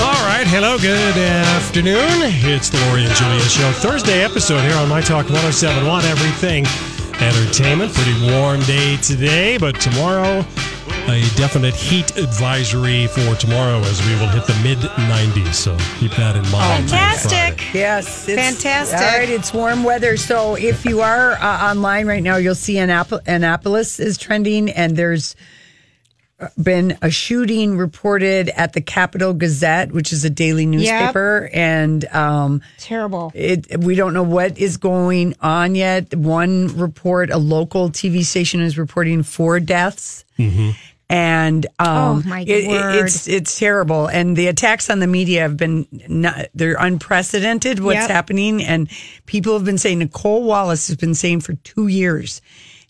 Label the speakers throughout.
Speaker 1: All right, hello, good afternoon. It's the Lori and Julia Show, Thursday episode here on My Talk 1071, everything entertainment. Pretty warm day today, but tomorrow, a definite heat advisory for tomorrow as we will hit the mid 90s. So keep that in
Speaker 2: Oh,
Speaker 1: mind. on
Speaker 3: Fantastic.
Speaker 1: Friday.
Speaker 2: Yes, it's,
Speaker 3: Fantastic.
Speaker 2: All right, it's warm weather. So if you are uh, online right now, you'll see Annap- Annapolis is trending, and there's uh, been a shooting reported at the Capitol Gazette, which is a daily newspaper, and um,
Speaker 3: Terrible.
Speaker 2: it we don't know what is going on yet. One report, a local TV station is reporting four deaths. And um,
Speaker 3: Oh, my
Speaker 2: it- it-
Speaker 3: word.
Speaker 2: it's it's terrible, and the attacks on the media have been not, they're unprecedented. What's
Speaker 3: Yep.
Speaker 2: happening, and people have been saying Nicole Wallace has been saying for two years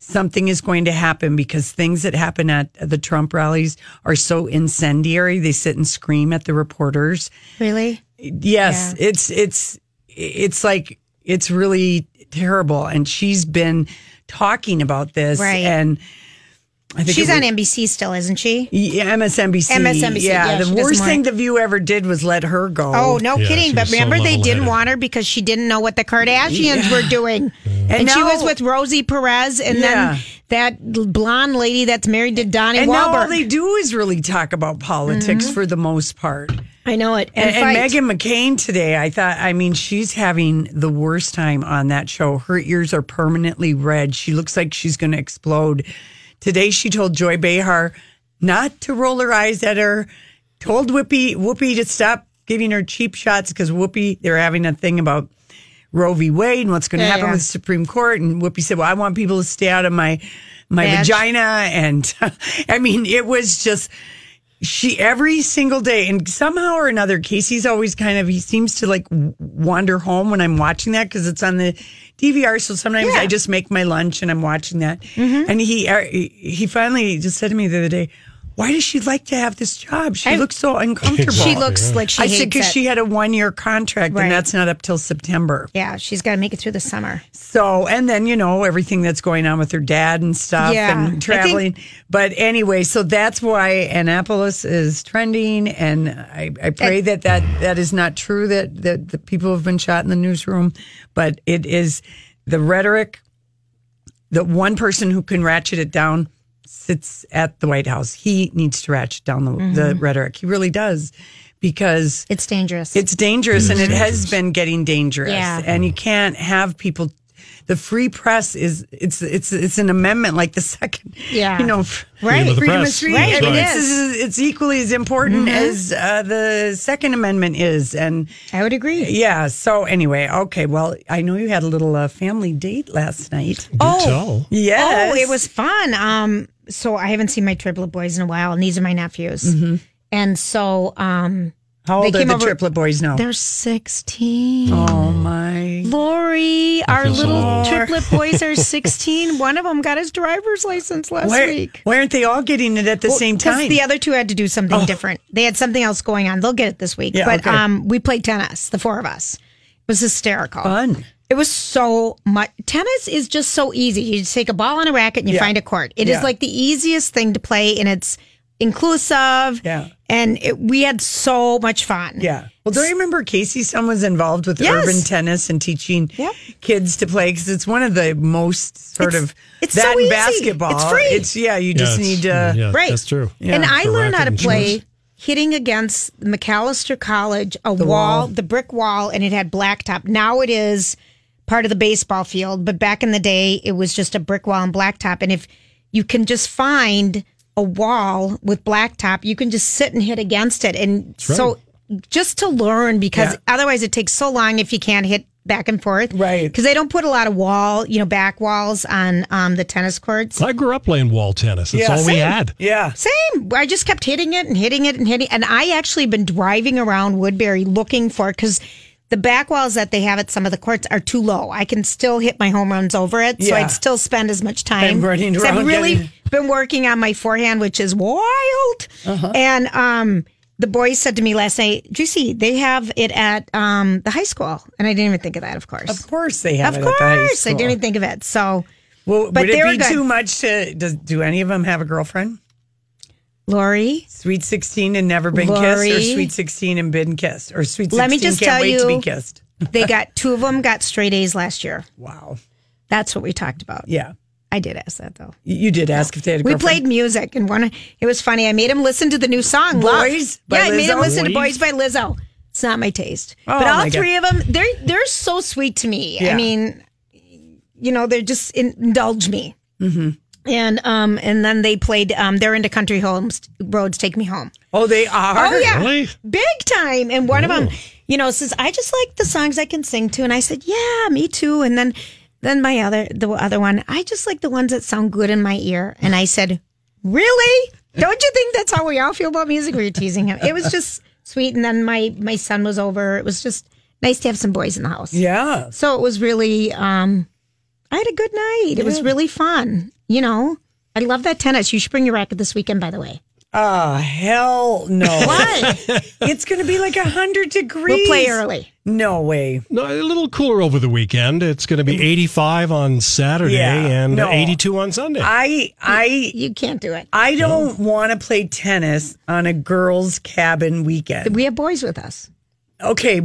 Speaker 2: something is going to happen because things that happen at the Trump rallies are so incendiary. They sit and scream at the reporters
Speaker 3: Really?
Speaker 2: yes it's it's it's like it's really terrible and she's been talking about this
Speaker 3: Right.
Speaker 2: and I think
Speaker 3: She's
Speaker 2: it
Speaker 3: on
Speaker 2: was-
Speaker 3: NBC still, isn't she?
Speaker 2: Yeah, MSNBC.
Speaker 3: MSNBC, yeah,
Speaker 2: Yeah,
Speaker 3: she
Speaker 2: the
Speaker 3: doesn't
Speaker 2: worst
Speaker 3: want
Speaker 2: thing
Speaker 3: it.
Speaker 2: the View ever did was let her go.
Speaker 3: Oh, no
Speaker 1: Yeah, she
Speaker 3: kidding. But
Speaker 1: was so
Speaker 3: remember, they didn't
Speaker 1: level-headed.
Speaker 3: want her because she didn't know what the Kardashians were doing. And, she
Speaker 2: now-
Speaker 3: was with Rosie Perez and
Speaker 2: Yeah.
Speaker 3: then that blonde lady that's married to Donnie
Speaker 2: and now all
Speaker 3: Wahlberg. Mm-hmm.
Speaker 2: they do is really talk about politics for the most part.
Speaker 3: I know it.
Speaker 2: And, and
Speaker 3: fight.
Speaker 2: Megan McCain today, I thought, I mean, she's having the worst time on that show. Her ears are permanently red. She looks like she's going to explode. Today, she told Joy Behar not to roll her eyes at her, told Whoopi, Whoopi to stop giving her cheap shots because Whoopi, they're having a thing about Roe v. Wade and what's going to
Speaker 3: Yeah,
Speaker 2: happen
Speaker 3: yeah.
Speaker 2: with the Supreme Court. And Whoopi said, well, I want people to stay out of my, my
Speaker 3: Vag.
Speaker 2: vagina. And I mean, it was just, she every single day and somehow or another casey's always kind of he seems to like w- wander home when i'm watching that because it's on the dvr so sometimes
Speaker 3: Yeah. Mm-hmm.
Speaker 2: i just make my lunch and i'm watching that and he er, he finally just said to me the other day why does she like to have this job she
Speaker 3: I-
Speaker 2: looks so uncomfortable
Speaker 3: she looks like she
Speaker 2: i
Speaker 3: hates
Speaker 2: said because
Speaker 3: it.
Speaker 2: she had a one-year contract
Speaker 3: Right.
Speaker 2: and that's not up till september
Speaker 3: yeah, she's got to make it through the summer.
Speaker 2: so, and then, you know, everything that's going on with her dad and stuff
Speaker 3: Yeah, I think-
Speaker 2: and traveling. but anyway, so that's why Annapolis is trending. And I, I pray that, that that is not true that, that the people have been shot in the newsroom, but it is the rhetoric. The one person who can ratchet it down sits at the White House. He needs to ratchet down the, the
Speaker 3: Mm-hmm.
Speaker 2: rhetoric. He really does because
Speaker 3: It's dangerous.
Speaker 2: it's dangerous and it has been getting dangerous.
Speaker 3: Yeah.
Speaker 2: And you can't have people the free press is it's it's it's an amendment like the second
Speaker 3: Yeah.
Speaker 2: you know
Speaker 3: Right.
Speaker 1: of the
Speaker 2: freedom of
Speaker 1: press.
Speaker 2: speech
Speaker 1: Right,
Speaker 2: I
Speaker 1: it
Speaker 2: mean,
Speaker 3: is. Mm-hmm.
Speaker 2: it's, it's, it's equally as important as uh, the second amendment is and
Speaker 3: I would agree.
Speaker 2: yeah so anyway okay well I know you had a little uh, family date last night
Speaker 1: Do tell.
Speaker 2: yes
Speaker 3: Oh, it was fun. Um, so I haven't seen my triplet boys in a while, and these are my nephews.
Speaker 2: Mm-hmm.
Speaker 3: And so um,
Speaker 2: how
Speaker 3: they
Speaker 2: old are
Speaker 3: came
Speaker 2: the
Speaker 3: over-
Speaker 2: triplet boys now
Speaker 3: they're 16.
Speaker 2: oh my
Speaker 3: Lori, our
Speaker 1: feel so
Speaker 3: little
Speaker 1: old.
Speaker 3: triplet boys are 16. One of them got his driver's license last
Speaker 2: why,
Speaker 3: week.
Speaker 2: why aren't they all getting it at the same
Speaker 3: Because
Speaker 2: time Oh.
Speaker 3: the other two had to do something different. They had something else going on. They'll get it this week.
Speaker 2: Yeah,
Speaker 3: but
Speaker 2: okay.
Speaker 3: um, we played tennis, the four of us. It was hysterical.
Speaker 2: fun
Speaker 3: It was so much. Tennis is just so easy. You just take a ball and a racket and you
Speaker 2: Yeah.
Speaker 3: find a court. It is
Speaker 2: Yeah.
Speaker 3: like the easiest thing to play, and it's inclusive.
Speaker 2: Yeah.
Speaker 3: And it, we had so much fun.
Speaker 2: Yeah. Well, do you remember Casey? Someone was involved with
Speaker 3: Yes.
Speaker 2: urban tennis and teaching
Speaker 3: Yep.
Speaker 2: kids to play because it's one of the most sort
Speaker 3: It's-
Speaker 2: of
Speaker 3: it's
Speaker 2: that
Speaker 3: so
Speaker 2: and
Speaker 3: easy.
Speaker 2: basketball.
Speaker 3: It's free.
Speaker 2: It's yeah. You just
Speaker 1: Yeah,
Speaker 2: need
Speaker 1: it's-
Speaker 2: to.
Speaker 1: yeah,
Speaker 3: Right.
Speaker 1: That's true.
Speaker 3: And I
Speaker 1: The
Speaker 3: learned how to
Speaker 1: racket and
Speaker 3: play
Speaker 1: shoes.
Speaker 3: hitting against McAllister College, a wall,
Speaker 2: wall.
Speaker 3: the brick wall, and it had blacktop. Now it is part of the baseball field, but back in the day, it was just a brick wall and blacktop. And if you can just find a wall with blacktop, you can just sit and hit against it. And so just to learn because
Speaker 2: Yeah.
Speaker 3: otherwise it takes so long if you can't hit back and forth.
Speaker 2: Right.
Speaker 3: Because they don't put a lot of wall, you know, back walls on um, the tennis courts.
Speaker 1: I grew up playing wall tennis. That's
Speaker 2: Yeah,
Speaker 1: all we
Speaker 2: same.
Speaker 1: had.
Speaker 2: Yeah.
Speaker 3: Same. I just kept hitting it and hitting it and hitting. And I actually been driving around Woodbury looking for because the back walls that they have at some of the courts are too low. I can still hit my home runs over it, so
Speaker 2: Yeah.
Speaker 3: I'd still spend as much time.
Speaker 2: And running
Speaker 3: 'Cause I've
Speaker 2: around
Speaker 3: really
Speaker 2: getting-
Speaker 3: been working on my forehand, which is wild.
Speaker 2: Uh-huh.
Speaker 3: And um, the boys said to me last night, "Juicy, they have it at um, the high school," and I didn't even think of that. Of course,
Speaker 2: Of course they have
Speaker 3: Of
Speaker 2: it at the high
Speaker 3: course, I
Speaker 2: school.
Speaker 3: didn't even think of it. So,
Speaker 2: Well,
Speaker 3: but
Speaker 2: would
Speaker 3: they
Speaker 2: it
Speaker 3: were
Speaker 2: be
Speaker 3: good.
Speaker 2: too much to? Does do any of them have a girlfriend?
Speaker 3: Lori.
Speaker 2: Sweet sixteen and never been
Speaker 3: Lori.
Speaker 2: kissed, or sweet sixteen and been kissed, or sweet sixteen
Speaker 3: Let me just
Speaker 2: can't
Speaker 3: tell
Speaker 2: wait to
Speaker 3: you-
Speaker 2: be kissed.
Speaker 3: They got two of them got straight A's last year.
Speaker 2: Wow.
Speaker 3: That's what we talked about.
Speaker 2: Yeah,
Speaker 3: I did ask that though.
Speaker 2: you, you did ask if they had a
Speaker 3: We
Speaker 2: girlfriend.
Speaker 3: played music and one. It was funny. I made him listen to the new song
Speaker 2: Boys
Speaker 3: "Boys."
Speaker 2: by
Speaker 3: yeah, I made him
Speaker 2: Lizzo?
Speaker 3: listen to
Speaker 1: Boys?
Speaker 3: "Boys" by Lizzo. It's not my taste,
Speaker 2: Oh,
Speaker 3: but all
Speaker 2: my God.
Speaker 3: three of them they're they're so sweet to me.
Speaker 2: Yeah.
Speaker 3: I mean, you know, they're just in, indulge me. Mm-hmm. And um and then they played. Um, they're into "Country Homes Roads Take Me Home."
Speaker 2: Oh, they are.
Speaker 3: Oh yeah,
Speaker 1: Really?
Speaker 3: big time. And one of them, you know, says, "I just like the songs I can sing to." And I said, "Yeah, me too." And then, then my other, the other one, I just like the ones that sound good in my ear. And I said, "Really? Don't you think that's how we all feel about music?" We were teasing him. It was just sweet. And then my my son was over. It was just nice to have some boys in the house.
Speaker 2: Yeah.
Speaker 3: So it was really, um, I had a good night. It was really fun. You know, I love that tennis. You should bring your racket this weekend, by the way.
Speaker 2: Oh hell no!
Speaker 3: Why?
Speaker 2: it's going to be like hundred degrees.
Speaker 3: we'll play early.
Speaker 2: No way.
Speaker 1: No, a little cooler over the weekend. It's going to be 85 on Saturday
Speaker 2: Yeah,
Speaker 1: and
Speaker 2: no.
Speaker 1: 82 on Sunday.
Speaker 2: I I
Speaker 3: You can't do it.
Speaker 2: I don't want to play tennis on a girls' cabin weekend.
Speaker 3: We have boys with us.
Speaker 2: Okay,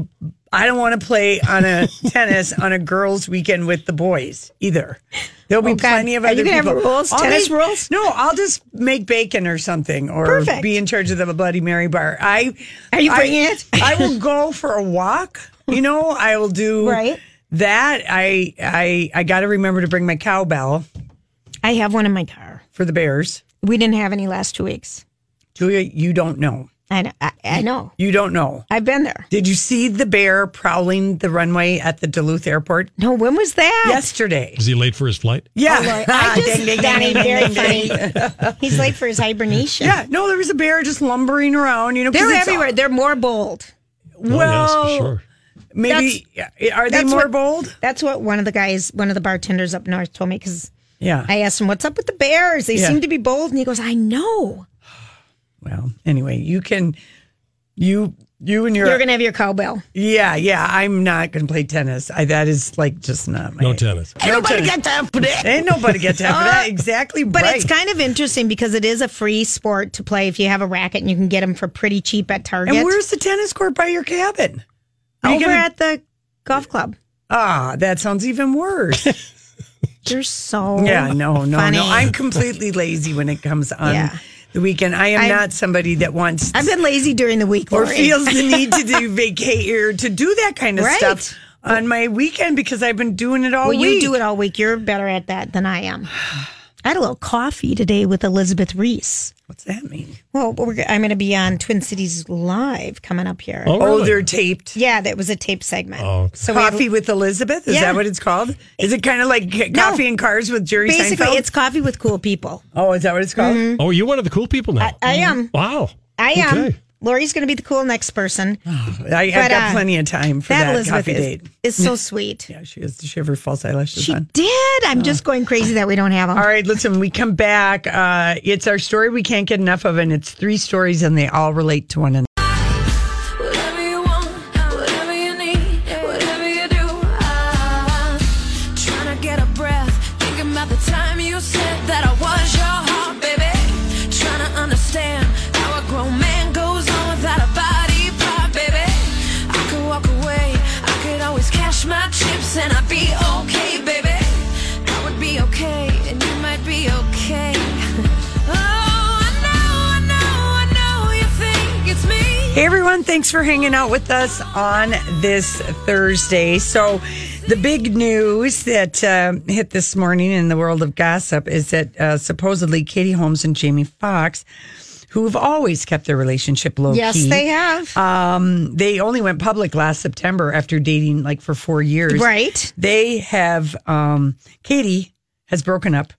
Speaker 2: I don't want to play on a tennis on a girls' weekend with the boys either. There'll be
Speaker 3: Oh, God.
Speaker 2: plenty of
Speaker 3: Are
Speaker 2: other
Speaker 3: you gonna have
Speaker 2: people.
Speaker 3: rules? Tennis
Speaker 2: make-
Speaker 3: rules?
Speaker 2: No, I'll just make bacon or something, or
Speaker 3: Perfect.
Speaker 2: be in charge of the Bloody Mary bar. I
Speaker 3: Are you
Speaker 2: I-
Speaker 3: bringing it?
Speaker 2: I will go for a walk. You know, I will do
Speaker 3: Right.
Speaker 2: that. I I I got to remember to bring my cowbell
Speaker 3: I have one in my car.
Speaker 2: for the bears.
Speaker 3: We didn't have any last two weeks.
Speaker 2: Julia, you don't know.
Speaker 3: I know. I, I know.
Speaker 2: You don't know.
Speaker 3: I've been there.
Speaker 2: Did you see the bear prowling the runway at the Duluth airport
Speaker 3: No, when was that?
Speaker 2: yesterday?
Speaker 1: Is he late for his flight?
Speaker 2: Yeah.
Speaker 3: Oh, Lord, I just,
Speaker 2: Ding, ding,
Speaker 3: that
Speaker 2: ding,
Speaker 3: ain't
Speaker 2: ding,
Speaker 3: very
Speaker 2: ding, ding.
Speaker 3: funny. He's late for his hibernation.
Speaker 2: Yeah, no, there was a bear just lumbering around, you know. 'cause
Speaker 3: They're
Speaker 2: it's-
Speaker 3: everywhere. They're more bold.
Speaker 2: Well,
Speaker 1: oh, yes, for sure.
Speaker 2: maybe are they
Speaker 3: that's
Speaker 2: more
Speaker 3: what-
Speaker 2: bold?
Speaker 3: That's what one of the guys, one of the bartenders up north told me because
Speaker 2: Yeah.
Speaker 3: I asked him, What's up with the bears? They
Speaker 2: Yeah.
Speaker 3: seem to be bold. And he goes, I know.
Speaker 2: well, anyway, you can you you and your
Speaker 3: You're going to have your cowbell.
Speaker 2: Yeah, yeah, I'm not going to play tennis. I that is like just not my
Speaker 1: No tennis.
Speaker 2: nobody got time for that. Ain't nobody got time for that. Exactly
Speaker 3: Uh, But
Speaker 2: right.
Speaker 3: it's kind of interesting because it is a free sport to play if you have a racket and you can get them for pretty cheap at Target.
Speaker 2: And where's the tennis court by your cabin? Are you
Speaker 3: over
Speaker 2: gonna-
Speaker 3: at the golf club.
Speaker 2: Ah, that sounds even worse.
Speaker 3: You're so
Speaker 2: Yeah, no, no,
Speaker 3: funny.
Speaker 2: no. I'm completely lazy when it comes on
Speaker 3: Yeah.
Speaker 2: the weekend. I am
Speaker 3: I'm-
Speaker 2: not somebody that wants
Speaker 3: I've been lazy during the week.
Speaker 2: or
Speaker 3: Lori.
Speaker 2: feels the need to do vacate or to do that kind of
Speaker 3: Right.
Speaker 2: stuff on my weekend because I've been doing it all
Speaker 3: well,
Speaker 2: week.
Speaker 3: you do it all week. You're better at that than I am. I had a little coffee today with Elizabeth Reese.
Speaker 2: What's that mean?
Speaker 3: Well, we're, I'm going to be on Twin Cities Live coming up here.
Speaker 1: Oh,
Speaker 2: Oh,
Speaker 1: really?
Speaker 2: they're taped.
Speaker 3: Yeah, that was a tape segment.
Speaker 1: Oh.
Speaker 3: so we have-
Speaker 2: Coffee with Elizabeth? Is
Speaker 3: Yeah.
Speaker 2: that what it's called? Is it kind of like c- Coffee and Cars with Jerry
Speaker 3: basically,
Speaker 2: Seinfeld?
Speaker 3: it's Mm-hmm. coffee with cool people.
Speaker 2: oh, is that what it's called?
Speaker 1: oh, you're one of the cool people now.
Speaker 3: I
Speaker 2: Mm.
Speaker 3: am.
Speaker 1: Wow.
Speaker 3: I am.
Speaker 1: Okay.
Speaker 3: Lori's going to be the cool next person.
Speaker 2: I, I've
Speaker 3: But,
Speaker 2: got
Speaker 3: uh,
Speaker 2: plenty of time Ah, for
Speaker 3: that
Speaker 2: that,
Speaker 3: Elizabeth
Speaker 2: coffee
Speaker 3: is,
Speaker 2: date.
Speaker 3: is so sweet.
Speaker 2: Yeah, Ah. she has to shave her false eyelashes
Speaker 3: She
Speaker 2: on.
Speaker 3: did. I'm just going crazy that we don't have them.
Speaker 2: All right, listen, we come back. Uh, it's our story we can't get enough of, and it's three stories, and they all relate to one another.
Speaker 4: Whatever you want, whatever you need, whatever you do, I'm trying to get a breath. Thinking about the time you said that I was your heart, baby. Trying to understand how a grown man goes on without a body part, baby. I could walk away, I could always cash my chips and I'd be okay, baby. I would be okay, and you might be okay. oh, I know, I know, I know you think it's me.
Speaker 2: Hey everyone, thanks for hanging out with us on this Thursday. So, the big news that uh, hit this morning in the world of gossip is that uh, supposedly Katie Holmes and Jamie Foxx, who have always kept their relationship low
Speaker 3: Yes,
Speaker 2: key.
Speaker 3: they have.
Speaker 2: They only went public last September after dating like for four years.
Speaker 3: right.
Speaker 2: They have um Katie has broken up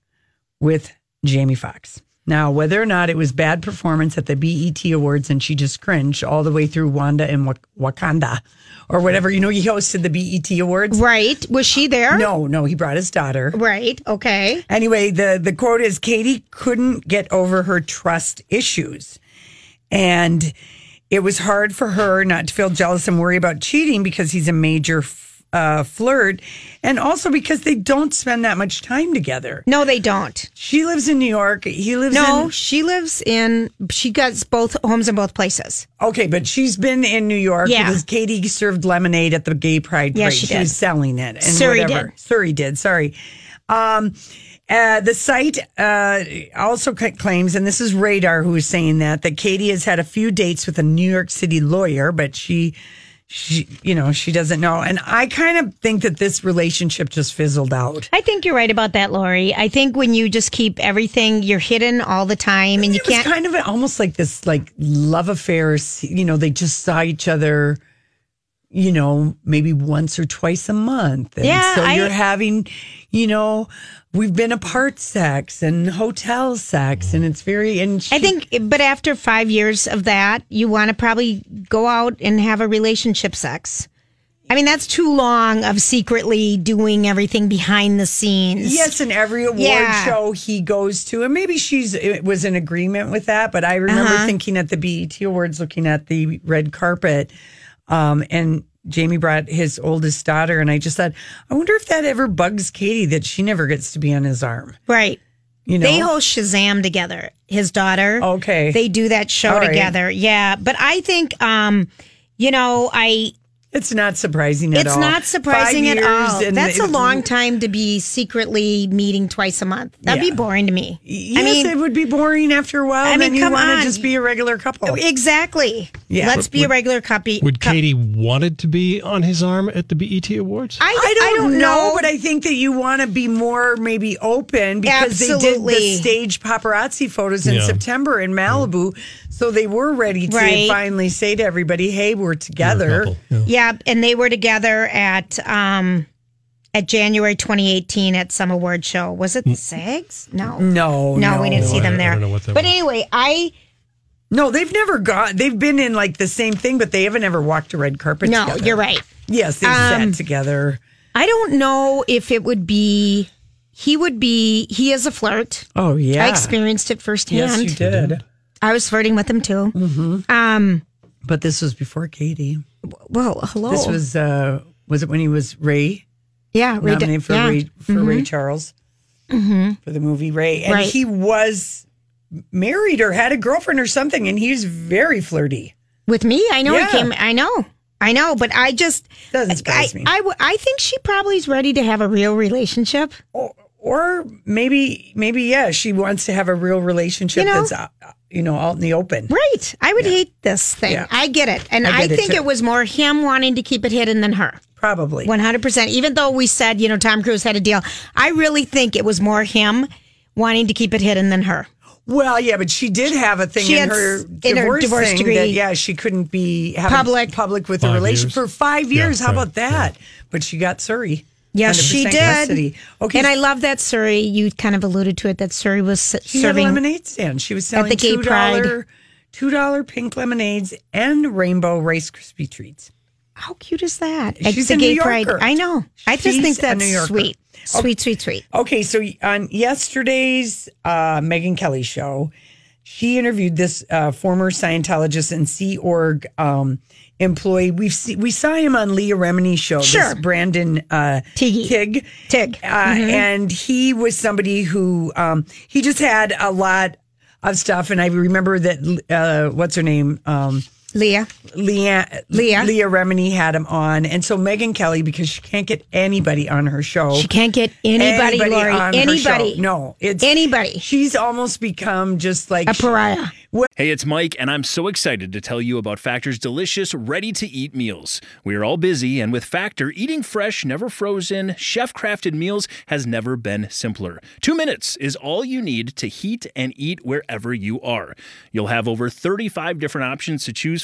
Speaker 2: with Jamie Foxx. Now, whether or not it was bad performance at the BET Awards and she just cringed all the way through Wanda and Wak- Wakanda or whatever, you know, he hosted the BET Awards.
Speaker 3: Right. Was she there?
Speaker 2: No, no, he brought his daughter.
Speaker 3: Right. Okay.
Speaker 2: Anyway, the, the quote is Katie couldn't get over her trust issues. And it was hard for her not to feel jealous and worry about cheating because he's a major f- uh, flirt. And also because they don't spend that much time together.
Speaker 3: No, they don't.
Speaker 2: She lives in New York. He lives
Speaker 3: No,
Speaker 2: in.
Speaker 3: she lives in. She gets both homes in both places.
Speaker 2: Okay, but she's been in New York
Speaker 3: Yeah.
Speaker 2: because Katie served lemonade at the gay pride
Speaker 3: Yeah,
Speaker 2: parade.
Speaker 3: she
Speaker 2: was
Speaker 3: did.
Speaker 2: selling it. And
Speaker 3: Surrey
Speaker 2: whatever.
Speaker 3: did.
Speaker 2: Surrey did. Sorry. Um, uh, the site uh, also c- claims, and this is Radar who is saying that that Katie has had a few dates with a New York City lawyer, but she, she, you know, she doesn't know. And I kind of think that this relationship just fizzled out.
Speaker 3: I think you're right about that, Lori. I think when you just keep everything, you're hidden all the time, and you
Speaker 2: It was
Speaker 3: can't.
Speaker 2: kind of almost like this like love affair. You know, they just saw each other. You know, maybe once or twice a month. And
Speaker 3: Yeah,
Speaker 2: So
Speaker 3: I-
Speaker 2: you're having, you know, we've been apart sex and hotel sex, and it's very. And she,
Speaker 3: I think, but after five years of that, you want to probably go out and have a relationship sex. I mean, that's too long of secretly doing everything behind the scenes.
Speaker 2: Yes, in every award
Speaker 3: Yeah.
Speaker 2: show he goes to, and maybe she's it was in agreement with that. But I remember
Speaker 3: Uh-huh.
Speaker 2: thinking at the BET Awards, looking at the red carpet, um, and Jamie brought his oldest daughter, and I just thought, I wonder if that ever bugs Katie that she never gets to be on his arm.
Speaker 3: Right.
Speaker 2: You know,
Speaker 3: They host Shazam together. His daughter.
Speaker 2: Okay.
Speaker 3: They do that show
Speaker 2: All right.
Speaker 3: together. Yeah. But I think, um, you know, I
Speaker 2: it's not surprising at
Speaker 3: it's
Speaker 2: all.
Speaker 3: not surprising
Speaker 2: Five
Speaker 3: at
Speaker 2: years
Speaker 3: all.
Speaker 2: and
Speaker 3: That's
Speaker 2: it-
Speaker 3: a long time to be secretly meeting twice a month. That'd
Speaker 2: Yeah.
Speaker 3: be boring to me.
Speaker 2: Yes,
Speaker 3: I mean,
Speaker 2: it would be boring after a while.
Speaker 3: I
Speaker 2: and
Speaker 3: mean,
Speaker 2: then you
Speaker 3: come
Speaker 2: want
Speaker 3: on.
Speaker 2: to just be a regular couple.
Speaker 3: exactly.
Speaker 2: Yeah.
Speaker 3: Let's be a regular copy.
Speaker 1: Would
Speaker 3: cou-
Speaker 1: Katie wanted to be on his arm at the BET Awards?
Speaker 3: I,
Speaker 2: I don't, know, but I think that you want to be more maybe open because they did
Speaker 3: Absolutely.
Speaker 2: the stage paparazzi photos in
Speaker 1: Yeah.
Speaker 2: September in Malibu, so they were ready to
Speaker 3: Right.
Speaker 2: finally say to everybody, "Hey, we're
Speaker 1: Or a
Speaker 2: together."
Speaker 1: couple, yeah.
Speaker 3: Yeah, and they were together at um at January 2018 at some award show. Was it the SAGs? No.
Speaker 2: No,
Speaker 3: No, we didn't see
Speaker 1: Mm. I-
Speaker 3: them
Speaker 1: I
Speaker 3: there.
Speaker 1: don't know what that
Speaker 3: but
Speaker 1: was.
Speaker 3: anyway, I
Speaker 2: No, they've never got. They've been in like the same thing, but they haven't ever walked a red carpet.
Speaker 3: no,
Speaker 2: together.
Speaker 3: you're right.
Speaker 2: Yes, they've
Speaker 3: Um,
Speaker 2: sat together.
Speaker 3: I don't know if it would be he would be he is a flirt.
Speaker 2: Oh yeah,
Speaker 3: I experienced it firsthand.
Speaker 2: Yes, you did.
Speaker 3: I was flirting with him too.
Speaker 2: But this was before Katie.
Speaker 3: Well, hello.
Speaker 2: This was uh was it when he was Ray?
Speaker 3: yeah, Ray-
Speaker 2: nominated for
Speaker 3: yeah. Mm-hmm.
Speaker 2: Ray, for Ray Charles for the movie Ray, and
Speaker 3: Right.
Speaker 2: he was married or had a girlfriend or something, and he was very flirty.
Speaker 3: with me. I know
Speaker 2: Yeah.
Speaker 3: he came. I know. I know, but I just
Speaker 2: Doesn't
Speaker 3: I,
Speaker 2: surprise me.
Speaker 3: I, w- I think she probably is ready to have a real relationship.
Speaker 2: Or, or maybe, maybe yeah, she wants to have a real relationship
Speaker 3: You know?
Speaker 2: that's uh, uh, you know out in the open.
Speaker 3: Right. I would hate this thing.
Speaker 2: Yeah.
Speaker 3: I get it. And
Speaker 2: I
Speaker 3: I,
Speaker 2: get it,
Speaker 3: think
Speaker 2: too.
Speaker 3: it, was more him wanting to keep it hidden than her.
Speaker 2: Probably
Speaker 3: 100%. Even though we said, you know, Tom Cruise had a deal, I really think it was more him wanting to keep it hidden than her.
Speaker 2: Well, yeah, but she did have a thing
Speaker 3: She
Speaker 2: in
Speaker 3: had
Speaker 2: her
Speaker 3: s- in her
Speaker 2: divorce,
Speaker 3: divorce
Speaker 2: thing
Speaker 3: degree.
Speaker 2: That, yeah, she couldn't be having
Speaker 3: Public.
Speaker 2: public with a
Speaker 1: Five
Speaker 2: relation
Speaker 1: years.
Speaker 2: for five years. How
Speaker 1: right,
Speaker 2: about that? But she got Surrey.
Speaker 3: Yes, she
Speaker 2: 100%
Speaker 3: did.
Speaker 2: custody. Okay,
Speaker 3: And I love that Surrey, you kind of alluded to it, that Surrey was s-
Speaker 2: She had a
Speaker 3: serving.
Speaker 2: lemonade stand. She was selling
Speaker 3: the Gay
Speaker 2: two
Speaker 3: Pride.
Speaker 2: dollar, two dollar pink lemonades and rainbow Rice Krispie treats.
Speaker 3: How cute is that?
Speaker 2: She's
Speaker 3: the
Speaker 2: a
Speaker 3: gay
Speaker 2: New
Speaker 3: pride.
Speaker 2: Yorker.
Speaker 3: I know. I just
Speaker 2: She's
Speaker 3: think
Speaker 2: a
Speaker 3: that's
Speaker 2: New Yorker. Oh.
Speaker 3: sweet. Sweet, sweet, sweet.
Speaker 2: Okay, so on yesterday's uh, Megan Kelly show, she interviewed this uh, former Scientologist and Sea Org um, employee. We've se- we saw him on Leah Remini's show.
Speaker 3: Sure.
Speaker 2: this Brandon uh,
Speaker 3: Tiggy.
Speaker 2: Tig.
Speaker 3: Tig. Mm-hmm.
Speaker 2: Uh, And he was somebody who um, he just had a lot of stuff. And I remember that uh, what's her name. Um,
Speaker 3: Leah.
Speaker 2: Leah
Speaker 3: Leah.
Speaker 2: Leah Remini had him on, and so Megan Kelly because she can't get anybody on her show.
Speaker 3: She can't get anybody, Lori.
Speaker 2: on her
Speaker 3: Anybody.
Speaker 2: show. No, it's
Speaker 3: Anybody.
Speaker 2: She's almost become just like
Speaker 3: A pariah.
Speaker 5: Hey, it's Mike, and I'm so excited to tell you about Factor's delicious, ready to eat meals. We are all busy, and with Factor, eating fresh, never frozen, chef crafted meals has never been simpler. Two minutes is all you need to heat and eat wherever you are. You'll have over 35 different options to choose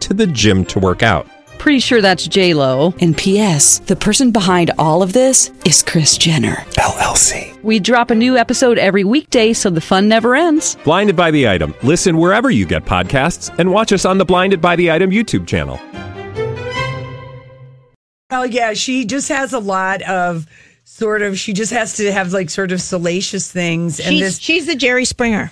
Speaker 6: to the gym to work out.
Speaker 7: Pretty sure that's J Lo.
Speaker 8: And P.S. The person behind all of this is Chris Jenner.
Speaker 6: LLC.
Speaker 7: We drop a new episode every weekday, so the fun never ends.
Speaker 6: Blinded by the item. Listen wherever you get podcasts, and watch us on the Blinded by the Item YouTube channel.
Speaker 2: Well, yeah, she just has a lot of sort of. She just has to have like sort of salacious things, and
Speaker 3: She's,
Speaker 2: this
Speaker 3: she's the Jerry Springer.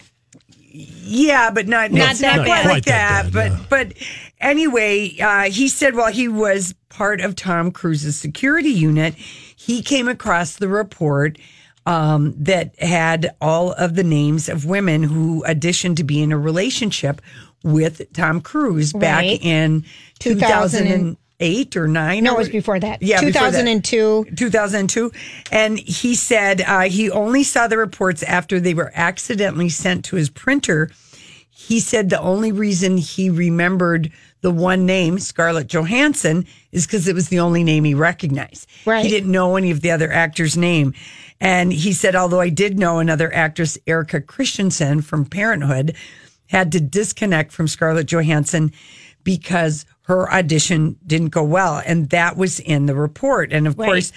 Speaker 2: Yeah, but not
Speaker 3: Not
Speaker 2: it's
Speaker 3: that bad. Not
Speaker 2: not quite like
Speaker 1: quite that
Speaker 2: that.
Speaker 1: bad,
Speaker 2: but but anyway, uh, he said while he was part of Tom Cruise's security unit, he came across the report um, that had all of the names of women who auditioned to be in a relationship with Tom Cruise back
Speaker 3: Right.
Speaker 2: in
Speaker 3: 2000 and-
Speaker 2: 2008 or nine.
Speaker 3: No, it
Speaker 2: or-
Speaker 3: was before that.
Speaker 2: Yeah, before that.
Speaker 3: 2002.
Speaker 2: 2002. And he said uh, he only saw the reports after they were accidentally sent to his printer. He said the only reason he remembered the one name, Scarlett Johansson, is because it was the only name he recognized.
Speaker 3: Right.
Speaker 2: He didn't know any of the other actor's name. And he said, although I did know another actress, Erica Christensen from Parenthood, had to disconnect from Scarlett Johansson because her audition didn't go well. And that was in the report. And of course,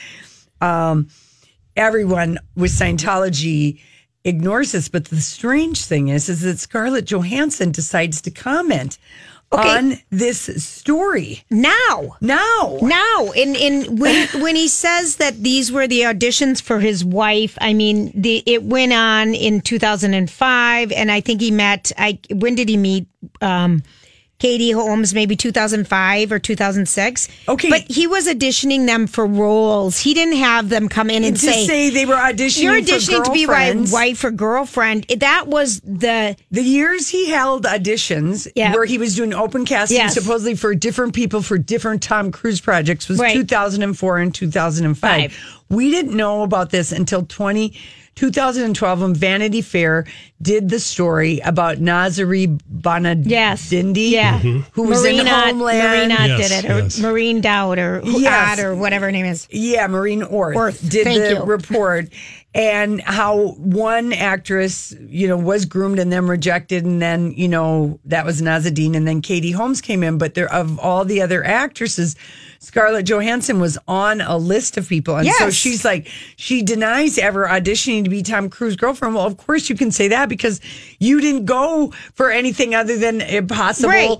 Speaker 2: everyone with Scientology ignores this, but the strange thing is, is that Scarlett Johansson decides to comment
Speaker 3: Okay.
Speaker 2: on this story
Speaker 3: Now.
Speaker 2: now.
Speaker 3: Now, and and when when he says that these were the auditions for his wife, I mean, the it went on in 2005, and I think he met. I when did he meet? Um, Katie Holmes, maybe 2005 or 2006.
Speaker 2: Okay.
Speaker 3: but he was auditioning them for roles. He didn't have them come in and
Speaker 2: To say, they were auditioning.
Speaker 3: "You're
Speaker 2: for
Speaker 3: auditioning to be my
Speaker 2: girlfriends."
Speaker 3: wife or girlfriend." That was the
Speaker 2: The years he held auditions,
Speaker 3: Yeah.
Speaker 2: where he was doing open casting,
Speaker 3: Yes.
Speaker 2: supposedly for different people for different Tom Cruise projects, was
Speaker 3: Right.
Speaker 2: 2004 and 2005. We didn't know about this until 20, 2012 when Vanity Fair did the story about Nazari Banadindi,
Speaker 3: Yes. Yeah.
Speaker 2: who was in Homeland.
Speaker 3: Marina
Speaker 1: Yes,
Speaker 3: did it, or
Speaker 1: yes.
Speaker 3: Marine Dowd, or who-
Speaker 2: Yes.
Speaker 3: Odd, or whatever her name is.
Speaker 2: Yeah, Marine Orth,
Speaker 3: Orth,
Speaker 2: did
Speaker 3: thank
Speaker 2: the
Speaker 3: you.
Speaker 2: report and how one actress, you know, was groomed and then rejected, and then you know that was Nazadine, and then Katie Holmes came in. But there, of all the other actresses, Scarlett Johansson was on a list of people, and so
Speaker 3: Yes.
Speaker 2: she's like, she denies ever auditioning to be Tom Cruise's girlfriend. Well, of course you can say that because you didn't go for anything other than impossible.
Speaker 3: Right.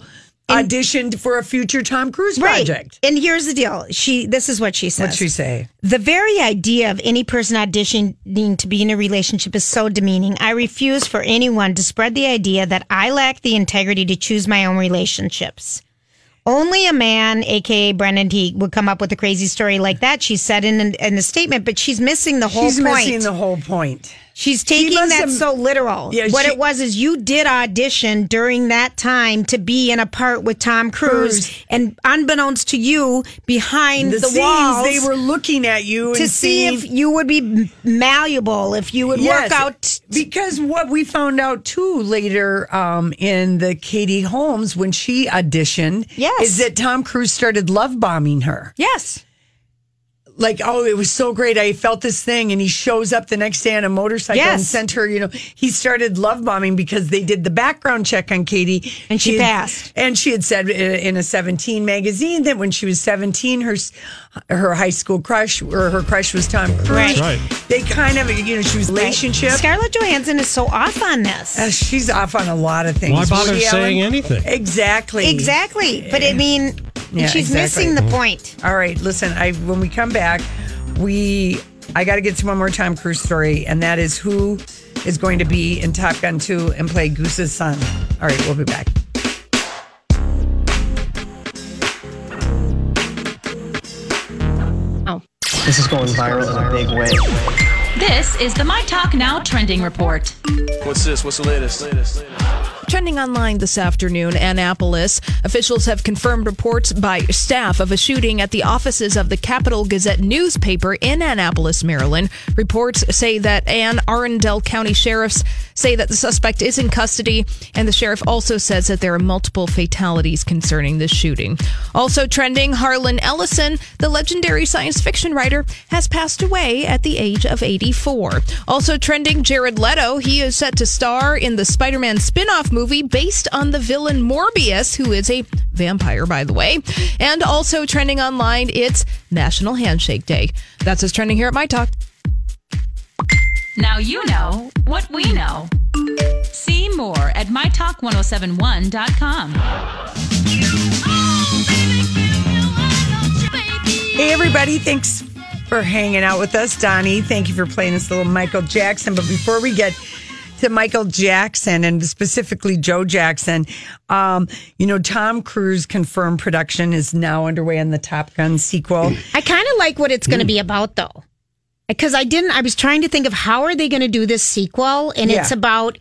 Speaker 3: And-
Speaker 2: Auditioned for a future Tom Cruise project.
Speaker 3: And here's the deal. She this is what she says.
Speaker 2: What'd she say?
Speaker 3: The very idea of any person auditioning to be in a relationship is so demeaning. I refuse for anyone to spread the idea that I lack the integrity to choose my own relationships. Only a man, aka Brendan Teague, would come up with a crazy story like that. She said in in, in a statement, but she's missing the whole
Speaker 2: She's
Speaker 3: point.
Speaker 2: missing the whole point.
Speaker 3: She's taking
Speaker 2: must
Speaker 3: that
Speaker 2: have-
Speaker 3: so literal.
Speaker 2: Yeah,
Speaker 3: what
Speaker 2: she-
Speaker 3: it was is you did audition during that time to be in a part with Tom Cruise,
Speaker 2: Cruise.
Speaker 3: and unbeknownst to you, behind the,
Speaker 2: the, scenes
Speaker 3: walls,
Speaker 2: they were looking at you
Speaker 3: to
Speaker 2: and
Speaker 3: see
Speaker 2: seeing-
Speaker 3: if you would be malleable, if you would
Speaker 2: Yes,
Speaker 3: work out.
Speaker 2: because what we found out too later um, in the Katie Holmes when she auditioned
Speaker 3: Yes.
Speaker 2: is that Tom Cruise started love bombing her
Speaker 3: Yes,
Speaker 2: like, oh, it was so great. I felt this thing. And he shows up the next day on a motorcycle and
Speaker 3: Yes.
Speaker 2: sent her, you know, he started love bombing because they did the background check on Katie.
Speaker 3: And she
Speaker 2: had-
Speaker 3: passed.
Speaker 2: And she had said i- in a 17 magazine that when she was 17, her s- her high school crush or her crush was Tom Cruise.
Speaker 3: Right.
Speaker 1: right.
Speaker 2: They kind of, you know, she was relationship.
Speaker 3: Scarlett Johansson is so off on this.
Speaker 2: Uh, She's off on a lot of things.
Speaker 1: Why bother
Speaker 2: Woody Allen.
Speaker 1: saying anything?
Speaker 2: Exactly.
Speaker 3: Exactly. But I mean,
Speaker 2: Yeah,
Speaker 3: she's
Speaker 2: exactly.
Speaker 3: missing the point.
Speaker 2: All right, listen. I when we come back, we I got to get to one more Tom Cruise story, and that is who is going to be in Top Gun 2 and play Goose's son. All right, we'll be back.
Speaker 9: This is going viral in a big way.
Speaker 10: This is the My Talk Now trending report.
Speaker 11: What's this? What's the latest? latest,
Speaker 4: Trending online this afternoon, Annapolis. Officials have confirmed reports by staff of a shooting at the offices of the Capital Gazette newspaper in Annapolis, Maryland. Reports say that Anne Arundel County sheriffs say that the suspect is in custody, and the sheriff also says that there are multiple fatalities concerning this shooting. Also trending, Harlan Ellison, the legendary science fiction writer, has passed away at the age of 84. Also trending, Jared Leto. He is set to star in the Spider Man spin off movie based on the villain Morbius, who is a vampire, by the way. And also trending online, it's National Handshake Day. That's what's trending here at My Talk.
Speaker 10: Now you know what we know. See more at mytalk1071.com.
Speaker 2: Hey, everybody! Thanks for hanging out with us, Donnie. Thank you for playing this little Michael Jackson. But before we get to Michael Jackson and specifically Joe Jackson, um, you know, Tom Cruise confirmed production is now underway on the Top Gun sequel.
Speaker 3: I kind of like what it's going to be about, though. Because I didn't, I was trying to think of how are they going to do this sequel, and it's
Speaker 2: Yeah.
Speaker 3: about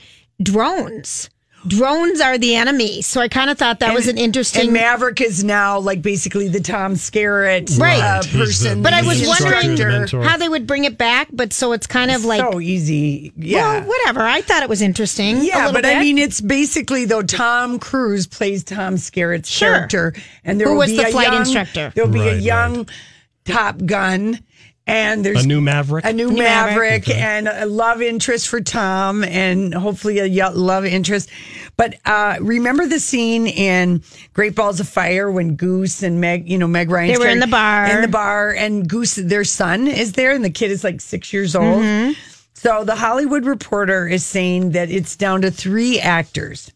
Speaker 3: drones. Drones are the enemy, so I kind of thought that was an
Speaker 2: And
Speaker 3: interesting.
Speaker 2: Maverick is now like basically the Tom Skerritt
Speaker 3: Right.
Speaker 2: uh,
Speaker 1: He's the
Speaker 2: person.
Speaker 3: but I was
Speaker 1: He's
Speaker 3: wondering
Speaker 1: instructor, mentor.
Speaker 3: how they would bring it back. But so it's kind of like,
Speaker 2: so easy. Yeah.
Speaker 3: well, whatever. I thought it was interesting. a
Speaker 2: yeah,
Speaker 3: little
Speaker 2: but
Speaker 3: bit.
Speaker 2: I mean, it's basically though Tom Cruise plays Tom Skerritt's
Speaker 3: Sure.
Speaker 2: character, and there
Speaker 3: Who
Speaker 2: will
Speaker 3: was
Speaker 2: be
Speaker 3: the
Speaker 2: a
Speaker 3: flight
Speaker 2: young-
Speaker 3: instructor?
Speaker 2: There'll be
Speaker 1: Right,
Speaker 2: a
Speaker 1: right.
Speaker 2: young Top Gun, and there's
Speaker 1: A new Maverick.
Speaker 2: a new
Speaker 3: Maverick.
Speaker 2: Maverick, and a love interest for Tom, and hopefully a yo- love interest. But uh, remember the scene in Great Balls of Fire when Goose and Meg, you know Meg Ryan,
Speaker 3: They were in the bar.
Speaker 2: in the bar, and Goose, their son, is there, and the kid is like six years old.
Speaker 3: Mm-hmm.
Speaker 2: So the Hollywood Reporter is saying that it's down to three actors: